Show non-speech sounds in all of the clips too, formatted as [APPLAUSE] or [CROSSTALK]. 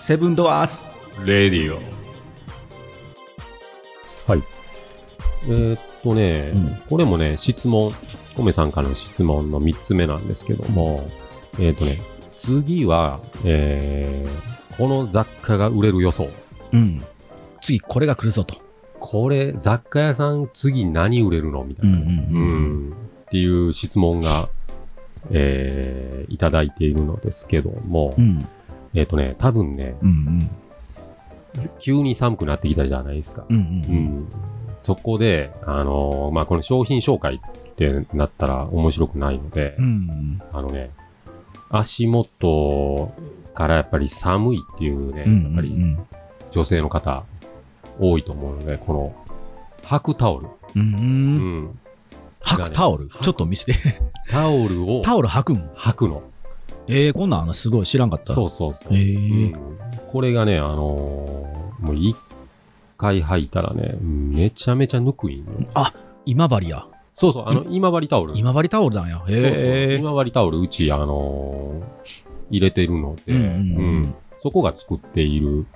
セブンドアーズレディオ。はい。えーっとね、うんこれもね、質問、コメさんからの質問の3つ目なんですけども、えーっとね、次は、えー、この雑貨が売れる予想。うん次これが来るぞとこれ、雑貨屋さん次何売れるのみたいな。うん、っていう質問が、えーいただいているのですけども、うんえっ、とね、多分ね、うんうん急に寒くなってきたじゃないですか。うんううんん。そこで、あのーまあ、この商品紹介ってなったら面白くないので、うんあのね、足元からやっぱり寒いっていうね、うんやっぱり女性の方多いと思うので、この、履くタオル。ううんん。吐くタオル吐くちょっと見せてタオルをタオル吐くん履くの。えー、こんなんあのすごい知らんかったそううそうそう。えうんー、これがね、あのーもう一回履いたらね、めちゃめちゃぬくいんよ。今治やそうそう、あの、今治タオル。今治タオルなんやそうそうへえ今治タオル、うち、あのー入れてるので、うんうんうんうんそこが作っている、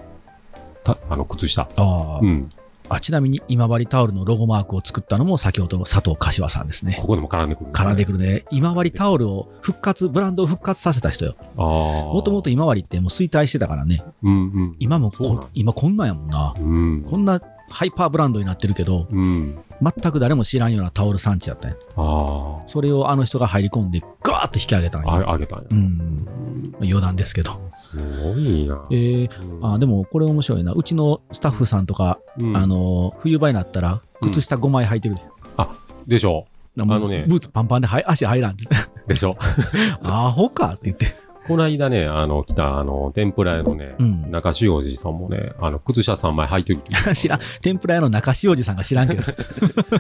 たあの、靴下。あうーん。あちなみに今治タオルのロゴマークを作ったのも先ほどの佐藤柏さんですねここでも絡んでくる、絡んでくる。るね今治タオルを復活ブランドを復活させた人よああ。ももともと、今治ってもう衰退してたからねうんうん。今もそうなんこだ今こんなんやもんなうん。こんなハイパーブランドになってるけどうん。全く誰も知らんようなタオル産地やったんやあそれをあの人が入り込んでガーッと引き上げたんあ。やあ、あげたんやう。ん余談ですけどすごいな。えー、あでもこれ面白いなうちのスタッフさんとか、うんあの冬場になったらうん靴下5枚履いてるで、でしょもうあのねブーツパンパンではい足入らん [LAUGHS] ってでしょ [LAUGHS] アホかって言って [LAUGHS] この間ね、あの、来た、あの、天ぷら屋のね、うん中州おじさんもね、あの、靴下3枚履いてるって言って知らん天ぷら屋の中塩路さんが知らんけど [LAUGHS]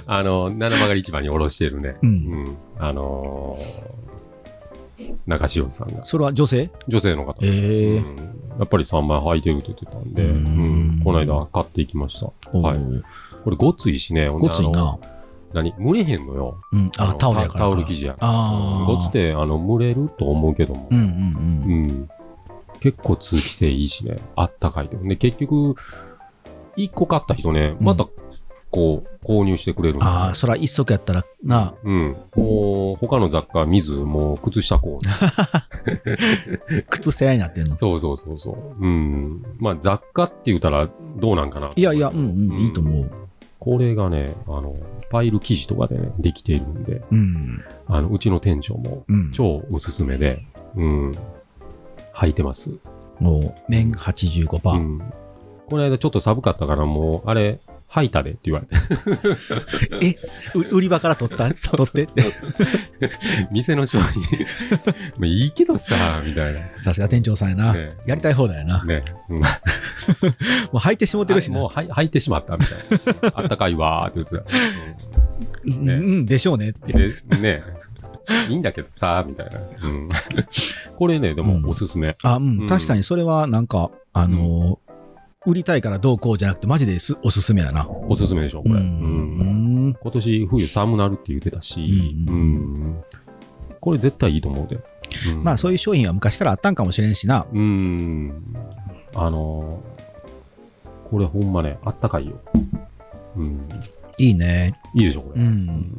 あの、七曲り市場におろしてるね、ううんん、あのー中州おじさんが、それは女性女性の方、えーうんやっぱり3枚履いてるって言ってたんで、ううんん、この間買っていきました。おはい。ーこれごついしね、ごついあなの。何蒸れへんのよ。うん、ああのタオルやからタオル生地や。ああごつって、あの、蒸れると思うけどもう、んうんうんうん。結構通気性いいしね、あったかいと。で、結局、一個買った人ね、うんまた、こう、購入してくれるのああそら一足やったらなうん。もう、他の雑貨見ず、もう、靴下こう。靴下屋になってんのそうそうそうそう。うん。まあ、雑貨って言ったらどうなんかな。いやいやうんうんいいと思う。これがね、あの、パイル生地とかでね、できているんで、うんあの、うちの店長も、うん超おすすめで、うん。履いてます。もう面85%、パうーん。この間ちょっと寒かったから、もう、あれ、吐いたでって言われて、 [LAUGHS] えう売り場から取 [LAUGHS] った取ってって店の商 [LAUGHS] 品、まあいいけどさ、みたいな。さすが店長さんやな、ねやりたい放題やな、ね。うん、もう履いてしもてるしなもうはい吐いてしまったみたいな。あったかいわーって言 [LAUGHS] うってた。んうんでしょうねってうん、で、ね。いいんだけどさ、みたいな。うん、これね、でうんもおすすめ。あうん、うん確かにそれはなんかあのー売りたいからどうこうじゃなくてマジですおすすめやなおすすめでしょ、これ。ううんん今年冬寒なるって言ってたし、ううんんこれ絶対いいと思うで。うんまあそういう商品は昔からあったんかもしれんしなうーん。あのーこれほんまね、あったかいよ。うん。いいねいいでしょ、こうれ。ん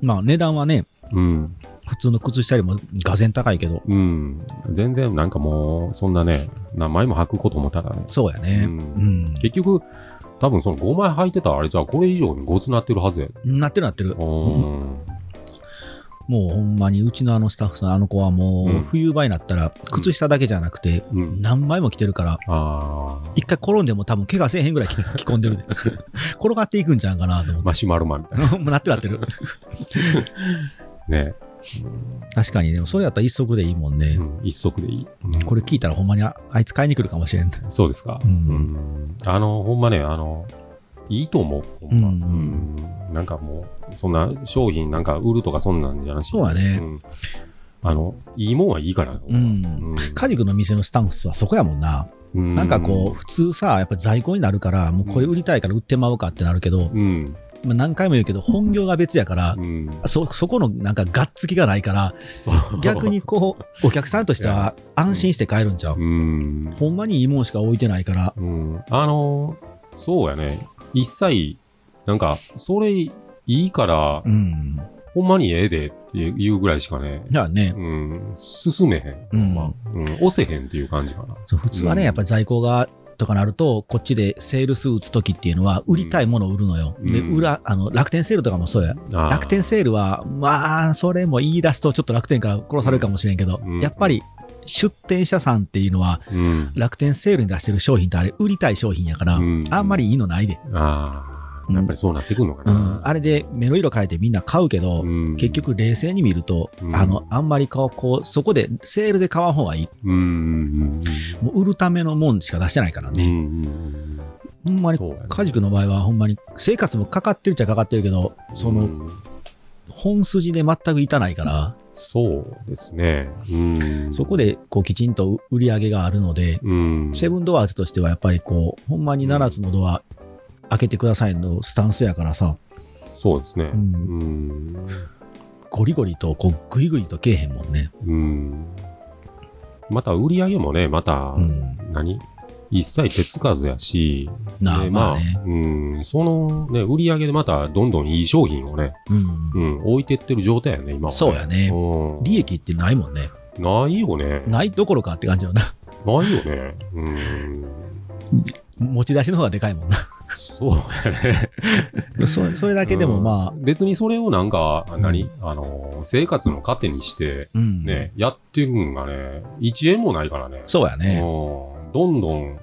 まあ値段はねうん。普通の靴下よりもがぜん高いけどうん。全然なんかもう、そんなね、何枚も履くこともたらね。そうやねうんうん、結局、多分その5枚履いてたあれじゃあ、これ以上にごつなってるはずや。なってるなってるうーん。もうほんまにうちのあのスタッフさんあの子はもううん冬場になったら靴下だけじゃなくてうん。何枚も着てるからああ。一回転んでも多分怪我せえへんぐらい着着込んでるで [LAUGHS] 転がっていくんちゃうかなと思ってマシュマロマンみたいも [LAUGHS] うなってるなってるなね。確かにでもそれやったら一足でいいもんね、うん。一足でいい。うんこれ聞いたらほんまにああいつ買いに来るかもしれんそうですか。ううんん。あの、ほんまね、あの、いいと思う。ほんま。ううんん。なんかもう、そんな商品なんか売るとかそんなんじゃなし。そうだねんあの、いいもんはいいから。うんかカジクの店のスタンスはそこやもんな、ななんかこう普通さやっぱ在庫になるからもうこれ売りたいから売ってまおうかってなるけどう、うん。まあ、何回も言うけど、本業が別やから、うん。そ、そこのなんかがっつきがない [LAUGHS] から、そう逆。にこう、お客さんとしては安心して帰るんちゃう、うん。ほんまにいいもんしか置いてないから、うん。あのー、そうやね。一切、なんか、それいいからう、ん。ほんまにええでって言うぐらいしかね、じゃあね、うん、進めうへん。んまあうん、押せへんっていう感じかな。そう普通はね、うんやっぱり在庫が、とかなると、こっちでセールス打つときっていうのは、売りたいものを売るのよ。で、うん裏、あの、楽天セールとかもそうや。あー楽天セールは、まあ、それも言い出すとちょっと楽天から殺されるかもしれんけど、うんやっぱり出店者さんっていうのは、うん。楽天セールに出してる商品ってあれ、売りたい商品やから、うんあんまりいいのないで。あうあ、んやっぱりそうなってくるのかうな。ん。あれで目の色変えてみんな買うけど、うん結、局冷静に見ると、うんあの、あんまりこう、こう、そこでセールで買わん方がいい。うんうんもう売るためのもんしか出してないからうんうん。うね。んうんほんまうん。に、そうやねカジ君の場合はほんまに生活もかかってるっちゃかかってるけど、その、うん本筋で全くいたないから、そうですね。うん。そこ、でこうきちんと売り上げがあるので、うん。セブンドアーズとしてはやっぱりこう、ほんまに7つのドア開けてくださいのスタンスやからさ、そうですね。ううんん。ゴリゴリとこう、グイグイとけえへんもんね。うん。また売り上げもね、また、うん。何一切手つかずやし、なあ、でまあね。うん、そのね、売り上げでまたどんどんいい商品をね、うんう。ん、置いてってる状態やね、今は、そうやね。うん利益ってないもんね。ないよね。ないどころかって感じよな。 [LAUGHS] ないよね。うん。持ち出しの方がでかいもんな。そうやね。それそれだけでもまあ、うん別にそれをなんか、ん何あの、生活の糧にして、うん。ね、やってるんがね、1円もないからね。そうやね。うんどんどん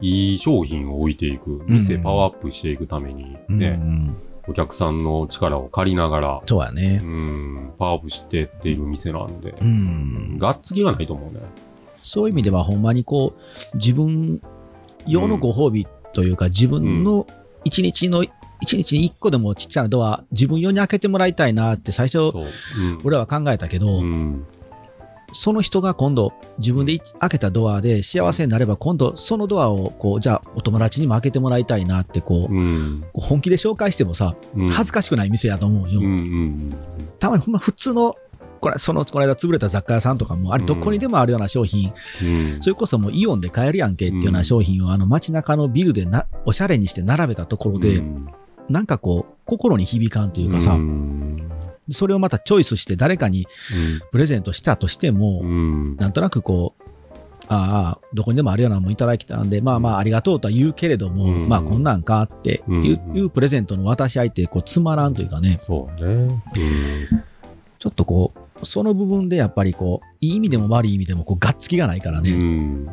いい商品を置いていく、店パワーアップしていくために、うんうね、ん。お客さんの力を借りながら、そうやねう。ん、パワーアップしてっていう店なんで、ううんん、。がっつきがないと思うね。そういう意味ではほんまにこう、自分用のご褒美というか、自分の一日の、一日に一個でもちっちゃなドア、自分用に開けてもらいたいなって最初、そう。俺は考えたけど、うん、うん、その人が今度、自分でい開けたドアで幸せになれば、今度、そのドアを、こう、じゃあ、お友達にも開けてもらいたいなって、こう、うん、本気で紹介してもさ、うん恥ずかしくない店やと思うよ。うん、うん、たまにほんま普通の、これ、その、この間潰れた雑貨屋さんとかも、あれ、どこにでもあるような商品、うん、それこそもうイオンで買えるやんけっていうような商品を、あの街中のビルでな、おしゃれにして並べたところで、ん、なんかこう、心に響かんというかさ、うん、それをまたチョイスして誰かにプレゼントしたとしても、うん、なんとなくこう、ああ、どこにでもあるようなもんいただきたんで、まあまあ、ありがとうとは言うけれども、うんまあ、こんなんかっていう,、うんプレゼントの渡し合いって、こう、つまらんというかね、そうね。ちょっとこう、その部分でやっぱりこう、いい意味でも悪い意味でも、こう、がっつきがないからうん、うね。ん。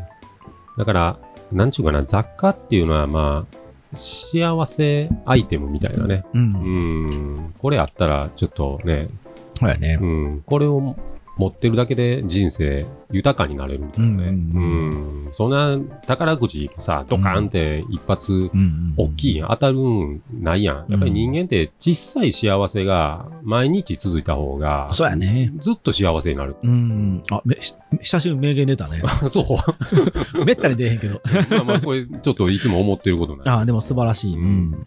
だから、なんちゅうかな、雑貨っていうのは、まあ、幸せアイテムみたいなね。うん。うん、これあったら、ちょっとね、そうやね。うん、これを持ってるだけで人生豊かになれるみたいなね。ううんんそんな宝くじさ、ドカーンって一発うん。大きいやん、当たるんないやん。やっぱり人間って小さい幸せが毎日続いた方が、そうやね。ずっと幸せになる。 [LAUGHS] うん。あ、め、久しぶりに名言出たね。そう。 [LAUGHS] めったに出えへんけど。まあまあこれちょっといつも思ってることない。ああ、でも素晴らしい。うん。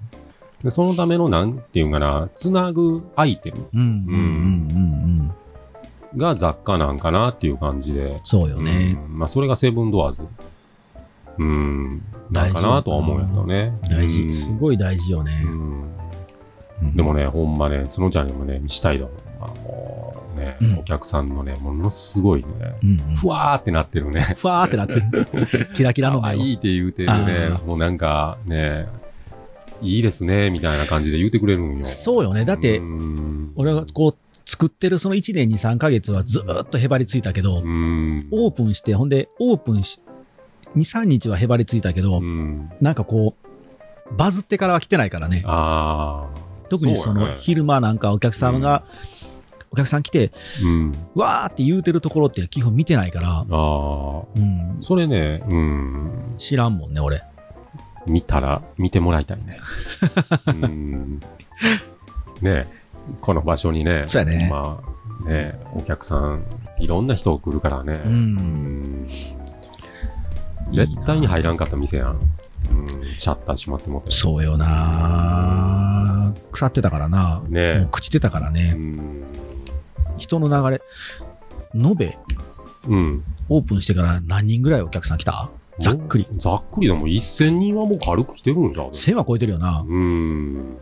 でそのためのなんていうんかな、つなぐアイテムうん。うん。うん。うん。が雑貨なんかなっていう感じで。そうよね。うんまあ、それがセブンドアーズ。うん。なんかなとは思うんやけどね。大う事。んすごい大事よね。うんうんでもね、ほんまね、角ちゃんにもね、見したいだろうな。もうね、うんお客さんのね、ものすごいね、うんうんふわーってなってるね。ふわーってなって [LAUGHS] る。キラキラの可目を。愛いって言うてるねあ。もうなんかね、いいですね、みたいな感じで言うてくれるんよ。そうよね。だって、うん俺はこう、作ってるその1年に3ヶ月はずーっとへばりついたけどう、ん。オープンして、ほんで、オープンし、2、3日はへばりついたけどう、んなんかこう、バズってからは来てないからね。ああ。特にそそうやのね昼間なんかお客さんが、お客さん来て、うん。わーって言うてるところって基本見てないから、ああ。うん、それね、うん。知らんもんね、俺。見たら見てもらいたい [LAUGHS] ね。うんねえこの場所にね、そうやねまあ、ねえお客さん、いろんな人来るからね、う。うんん絶対に入らんかった店やん。うん、シャッター閉まってもうてそうよなん腐ってたからな、ねもう朽ちてたからね、うん。人の流れ、延べうん。オープンしてから何人ぐらいお客さん来たざっくり。うん。ざっくりでも1000人はもう軽く来てるんじゃん。 1000は超えてるよなう、ーん。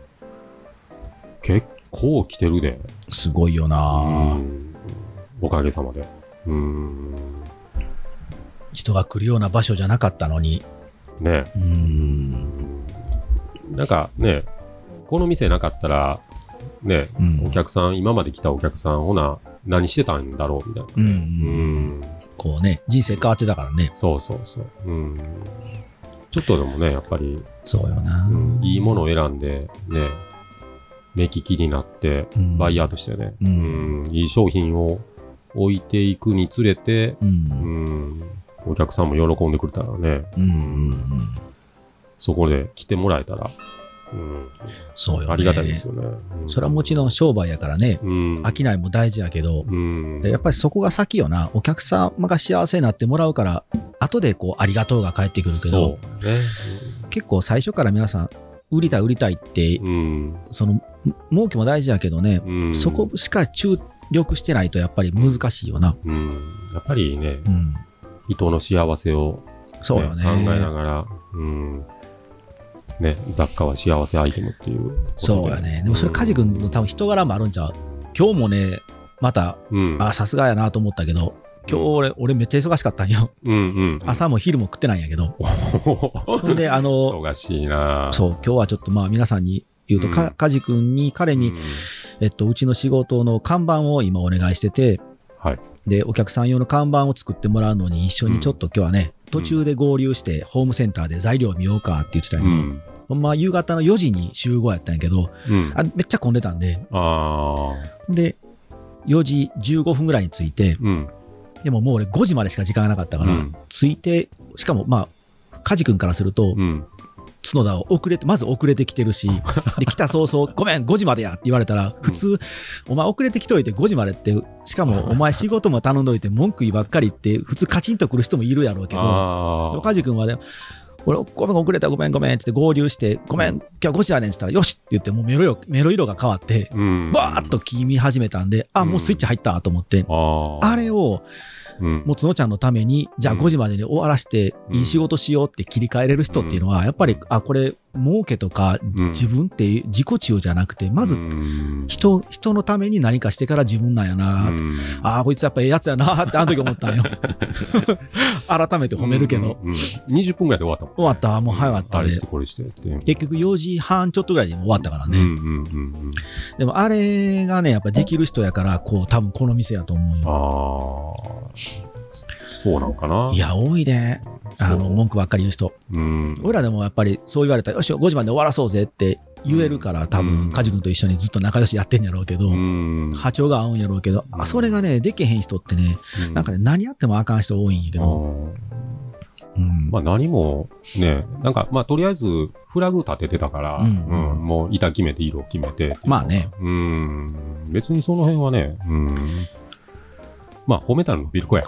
結構来てるで。すごいよな、うんおかげさまで。うーん。人が来るような場所じゃなかったのに、ねうん、なんかね、この店なかったら、ね、うんお客さん、今まで来たお客さん、ほな、何してたんだろうみたいな。うんううんん。こうね、人生変わってたからね、そうそうそう。うん。ちょっとでもね、やっぱり、そうよな、うんいいものを選んで、ね、目利きになって、うんバイヤーとしてね、ううん、いい商品を置いていくにつれて、う、うんん、お客さんも喜んでくれたらね、うん、うん、そこで来てもらえたら、うん、そうよ、ね、ありがたいですよね。うんそれはもちろん商売やからね、うん、商いも大事やけど、うん、でやっぱりそこが先よな、お客様が幸せになってもらうから、後でこうありがとうが返ってくるけどそ、うね。結構最初から皆さん、売りたい、売りたいって、うん、その儲けも大事やけどね、うん、そこしか注力してないとやっぱり難しいよな。うん、やっぱりね、うん、人の幸せを、そうよね考えながら、うん、ね、雑貨は幸せアイテムっていうことで。そうやね。でもそれ、カジ君の多分人柄もあるんちゃう。今日もね、また、うん、あ、さすがやなと思ったけど、今日俺、俺めっちゃ忙しかったんよ。うん、うん、 [LAUGHS] 朝も昼も食ってないんやけど。ほんで、あの、忙しいなそう、今日はちょっとまあ皆さんに言うと、うんかカジ君に、彼うに、んえっと、うちの仕事の看板を今お願いしてて、はい。で、お客さん用の看板を作ってもらうのに一緒にちょっと今日はね、途中で合流してホームセンターで材料を見ようかって言ってたんやうけど、ん。ほんま夕方の4時に集合やったんやけど、うん。あめっちゃ混んでたんで、ああ。で、4時15分ぐらいに着いて、うん。でももう俺5時までしか時間がなかったから、うん着いて、しかもまあ、カジ君からすると、うん。角田を遅れて、まず遅れてきて [LAUGHS] るし、で、来た早々、ごめん、5時までやって言われたら、普通、お前遅れてきといて5時までって、しかもお前仕事も頼んどいて文句言いばっかりって、普通カチンと来る人もいるやろうけど、ああ。カジ君はね、俺、ごめん、遅れた、ごめん、ごめんって言って合流して、ごめん、今日5時やねんって言ったら、よしって言って、もうメロよメロ色が変わって、うん。バーっと黄見始めたんで、あ、もうスイッチ入ったと思って、ああ。あれを、うん、もう角ちゃんのために、じゃあうん5時までに終わらせて、うんいい仕事しようって切り替えれる人っていうのは、やっぱり、あ、これ、儲けとか、うん自分っていう自己中じゃなくて、まうずん人、人のために何かしてから自分なんやな、うんああ、こいつやっぱええやつやな [LAUGHS] って、あの時思った [LAUGHS] んよ。改めて褒めるけど、うんうん20分ぐらいで終わったもん。終わった、もう早かったあでれし。てこれしてって。結局4時半ちょっとぐらいでも終わったからね。うんうんうんうん。でもあれがね、やっぱできる人やから、こう、多分この店やと思うあよ。、あ。そうなんかないや、多いね。あの、そう文句ばっかり言う人。うん。俺らでもやっぱりそう言われたら、よし、5時まで終わらそうぜって言えるから、多うん分カジ君と一緒にずっと仲良しやってんやろうけど、うん。波長が合うんやろうけど、あそれがね、できへん人ってね、うんなんかね、何やってもあかん人多いんやけあど、ーうんまあ何もね、なんかまあとりあえずフラグ立ててたから、うんうんもう板決めて色決めてっていうのがまあね。うん。別にその辺はね、うん。まあ褒めたら伸びる子や。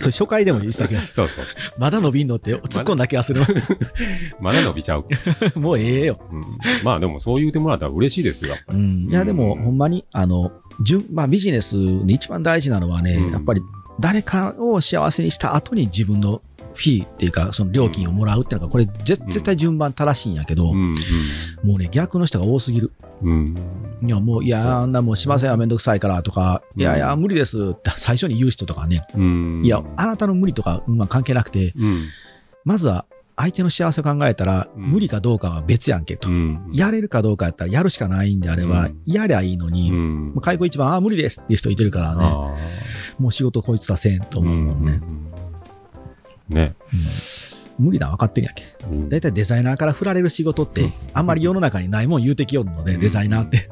それ初回でも言ってたけど、 [LAUGHS] そうそう。 [LAUGHS] まだ伸びんのって突っ込んだ気が [LAUGHS] する。まだ伸びちゃう。もうええよ。うんまあでもそう言うてもらったら嬉しいですよ。うん、いや、でも、うんほんまに、あの、順まあ、ビジネスに一番大事なのはね、うんやっぱり誰かを幸せにした後に自分のフィーっていうか、その料金をもらうっていうのが、これぜ絶対順番正しいんやけど、うんもうね、逆の人が多すぎる。うん。いや、もう、いそうや、あんなもうしませんよ、めんどくさいからとか、うんいやいや、無理ですって最初に言う人とかね、うん。うんいや、あなたの無理とか、うんまあ、関係なくて、うん。まずは相手の幸せを考えたら、うん無理かどうかは別やんけとう。ん。やれるかどうかやったら、やるしかないんであればうん、やりゃいいのに、うもんう。開口一番、ああ、無理ですっていう人いてるからね、あーもう仕事こいつさせんと思うもんね。。うんね。うん無理だ、分かってるやんけ。うんだいたいデザイナーから振られる仕事って、あんまり世の中にないもん言うてきよるので、うんデザイナーって。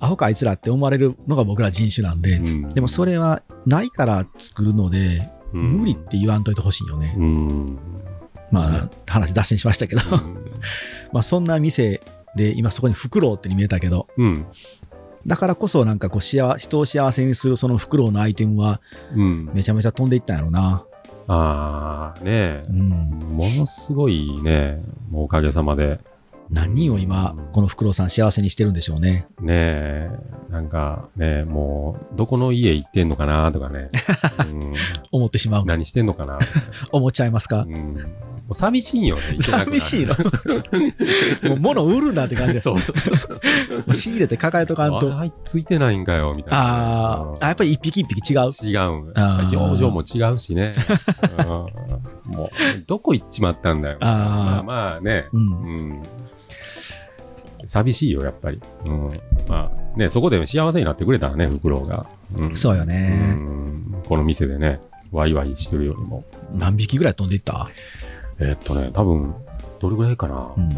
アホかあいつらって思われるのが僕ら人種なんで。でもそれはないから作るので、無理っ。て言わんといてほしいよね。うんうん。まあ、話脱線しましたけど、 [LAUGHS] まあそんな店で、今そこにフクロウってに見えたけど、うん。だからこそなんかこう幸、人を幸せにするそのフクロウのアイテムはうん。めちゃめちゃ飛んでいったんやろうな。ああ、ねえう。ん。ものすごいね、もうおかげさまで、何人を今、このフクロウさん幸せにしてるんでしょうね。ねえ、なんかね、もう、どこの家行ってんのかなとかね。思ってしま [LAUGHS] う、。うん何してんのかな思っちゃいますうかん。もう寂しいよね。行けなくなる [LAUGHS] 寂しいの。 [LAUGHS] もう物売るなって感じです。そうそうそう。もう仕入れて抱えとかんあれと。入っついてないんかよ、みたいなあね。ーあ、やっぱり一匹一匹違う。違うん。あー表情も違うしね。うんもう、どこ行っちまったんだよ。まああまあね。う。うんん。寂しいよ、やっぱり。うん。まあね、そこで幸せになってくれたらね、フクロウが。うんそうようね。ん。この店でね、ワイワイしてるよりも。何匹ぐらい飛んでいったえっとね、多分、どれぐらいかなう。ん。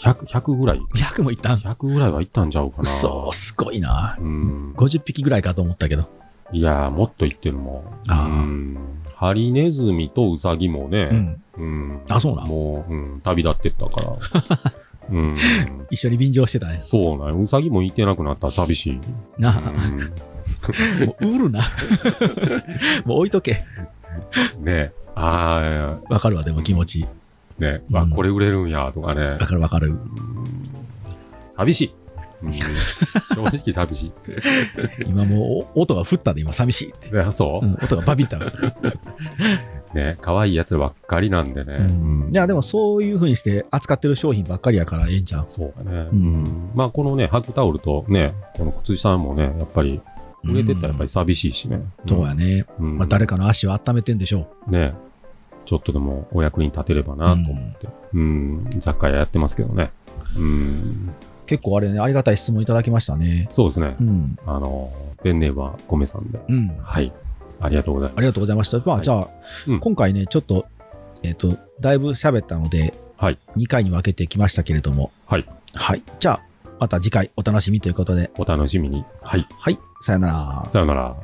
100、100ぐらい。 100もいったん100ぐらいは行ったんちゃうかな。嘘、すごいな。うん。 50匹ぐらいかと思ったけど。いやー、もっと行ってるもん。あーうん。ハリネズミとウサギもうね、ん。うん。あそうなんもう、うん、旅立ってっ [LAUGHS] たから。うん。一緒に便乗してたね。そうなんよウサギも行ってなくなったら寂 [LAUGHS] しい。なあ、うもう売るな。 [LAUGHS] もう置いとけ。ん、ねあわかるわ、でも気持ち。あ、ねわうんこれ売れるんや、とかね。わかるわかる。うん寂しい。うん正直寂し今もうお音が降ったで、今寂しいって。い。 [LAUGHS] ねそうう、ん、音がバビった。ね可愛いやつばっかりなんでね。うん、いや、でもそういうふうにして扱ってる商品ばっかりやからええんちゃう。そうだね。うんまあ、このね、ハクタオルとね、この靴下もね、やっぱり、売れてったらやっぱり。り寂しいしね。そうやね。うんまあ、誰かの足を温めてんでしょう。ね、ちょっとでもお役に立てればなと思って、うん、雑貨屋やってますけどね。うん、結構あれね、ありがたい質問いただきましたね。そうですねう。ん。あの、ペンネームは米さんで。うん。はい。ありがとうございます。ありがとうございました。まあ、はいじゃあ、うん今回ね、ちょっと、えっ、と、だいぶ喋ったので、はい2回に分けてきましたけれども、はい。はい。じゃあ、また次回お楽しみということで、お楽しみに。はい。はい。さよなら。さよなら。